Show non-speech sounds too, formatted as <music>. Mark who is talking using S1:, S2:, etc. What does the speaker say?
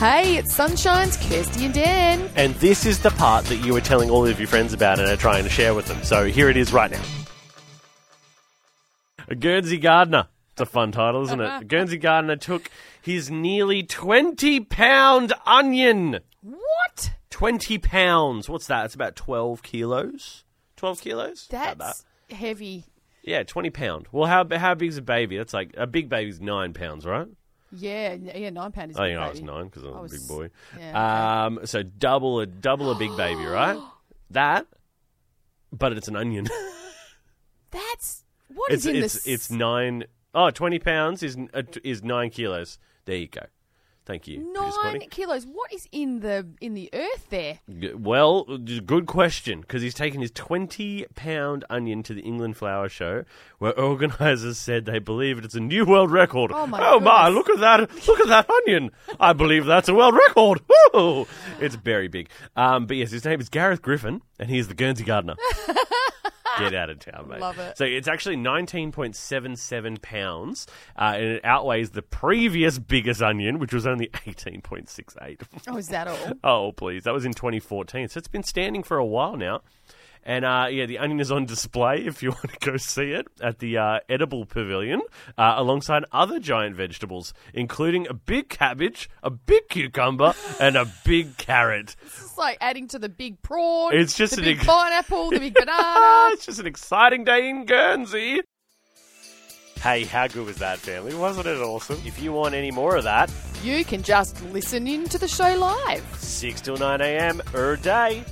S1: Hey, it's Sunshine's Kirsty and Dan.
S2: And this is the part that you were telling all of your friends about and are trying to share with them. So here it is right now. A Guernsey gardener. It's a fun title, isn't it? A Guernsey gardener took his nearly 20 pound onion.
S1: What?
S2: 20 pounds. What's that? It's about 12 kilos. 12 kilos? About
S1: That's
S2: that.
S1: heavy.
S2: Yeah, 20 pound. Well, how, how big's a baby? That's like, a big baby's nine pounds, right?
S1: Yeah, n- yeah, nine pound is.
S2: I
S1: big,
S2: think Oh, I was
S1: baby.
S2: nine because I'm
S1: I was-
S2: a big boy.
S1: yeah,
S2: um, so double a double a
S1: <gasps>
S2: big baby, right? That, but it's
S1: <gasps>
S2: an onion.
S1: That's what
S2: it's
S1: is in
S2: it's
S1: this?
S2: it's nine. Oh, 20 pounds is uh, t- is nine kilos. There you go. Thank you. Producer
S1: nine
S2: Courtney.
S1: kilos. What is in the in the earth there?
S2: G- Well, d- good question because he's taken his 20 pound onion to the England Flower Show, where organisers said they believe it's a new world record.
S1: Oh, my
S2: my!
S1: goodness.
S2: Look at that! Look at that onion! I believe that's a world record. Woo! It's very big. Um, but yes, his name is Gareth Griffin, and he's the
S1: <laughs>
S2: Guernsey gardener. Get out of town, mate.
S1: Love it.
S2: So it's actually 19.77 pounds, uh, and it outweighs the previous biggest onion, which was only 18.68.
S1: Oh, is that all?
S2: Oh, please. That was in 2014. So it's been standing for a while now. And uh, yeah, the onion is on display if you <laughs> want to go see it at the uh, Edible Pavilion uh, alongside other giant vegetables, including a big cabbage, a big cucumber, and a big carrot. <laughs>
S1: It's like adding to the big prawn.
S2: It's just
S1: the
S2: an
S1: big
S2: ex-
S1: pineapple,
S2: <laughs>
S1: the big banana.
S2: it's just an exciting day in Guernsey. Hey, how good was that, family? Wasn't it awesome? If you want any more of that,
S1: You can just listen in to the show live.
S2: 6 till 9 a.m. er day.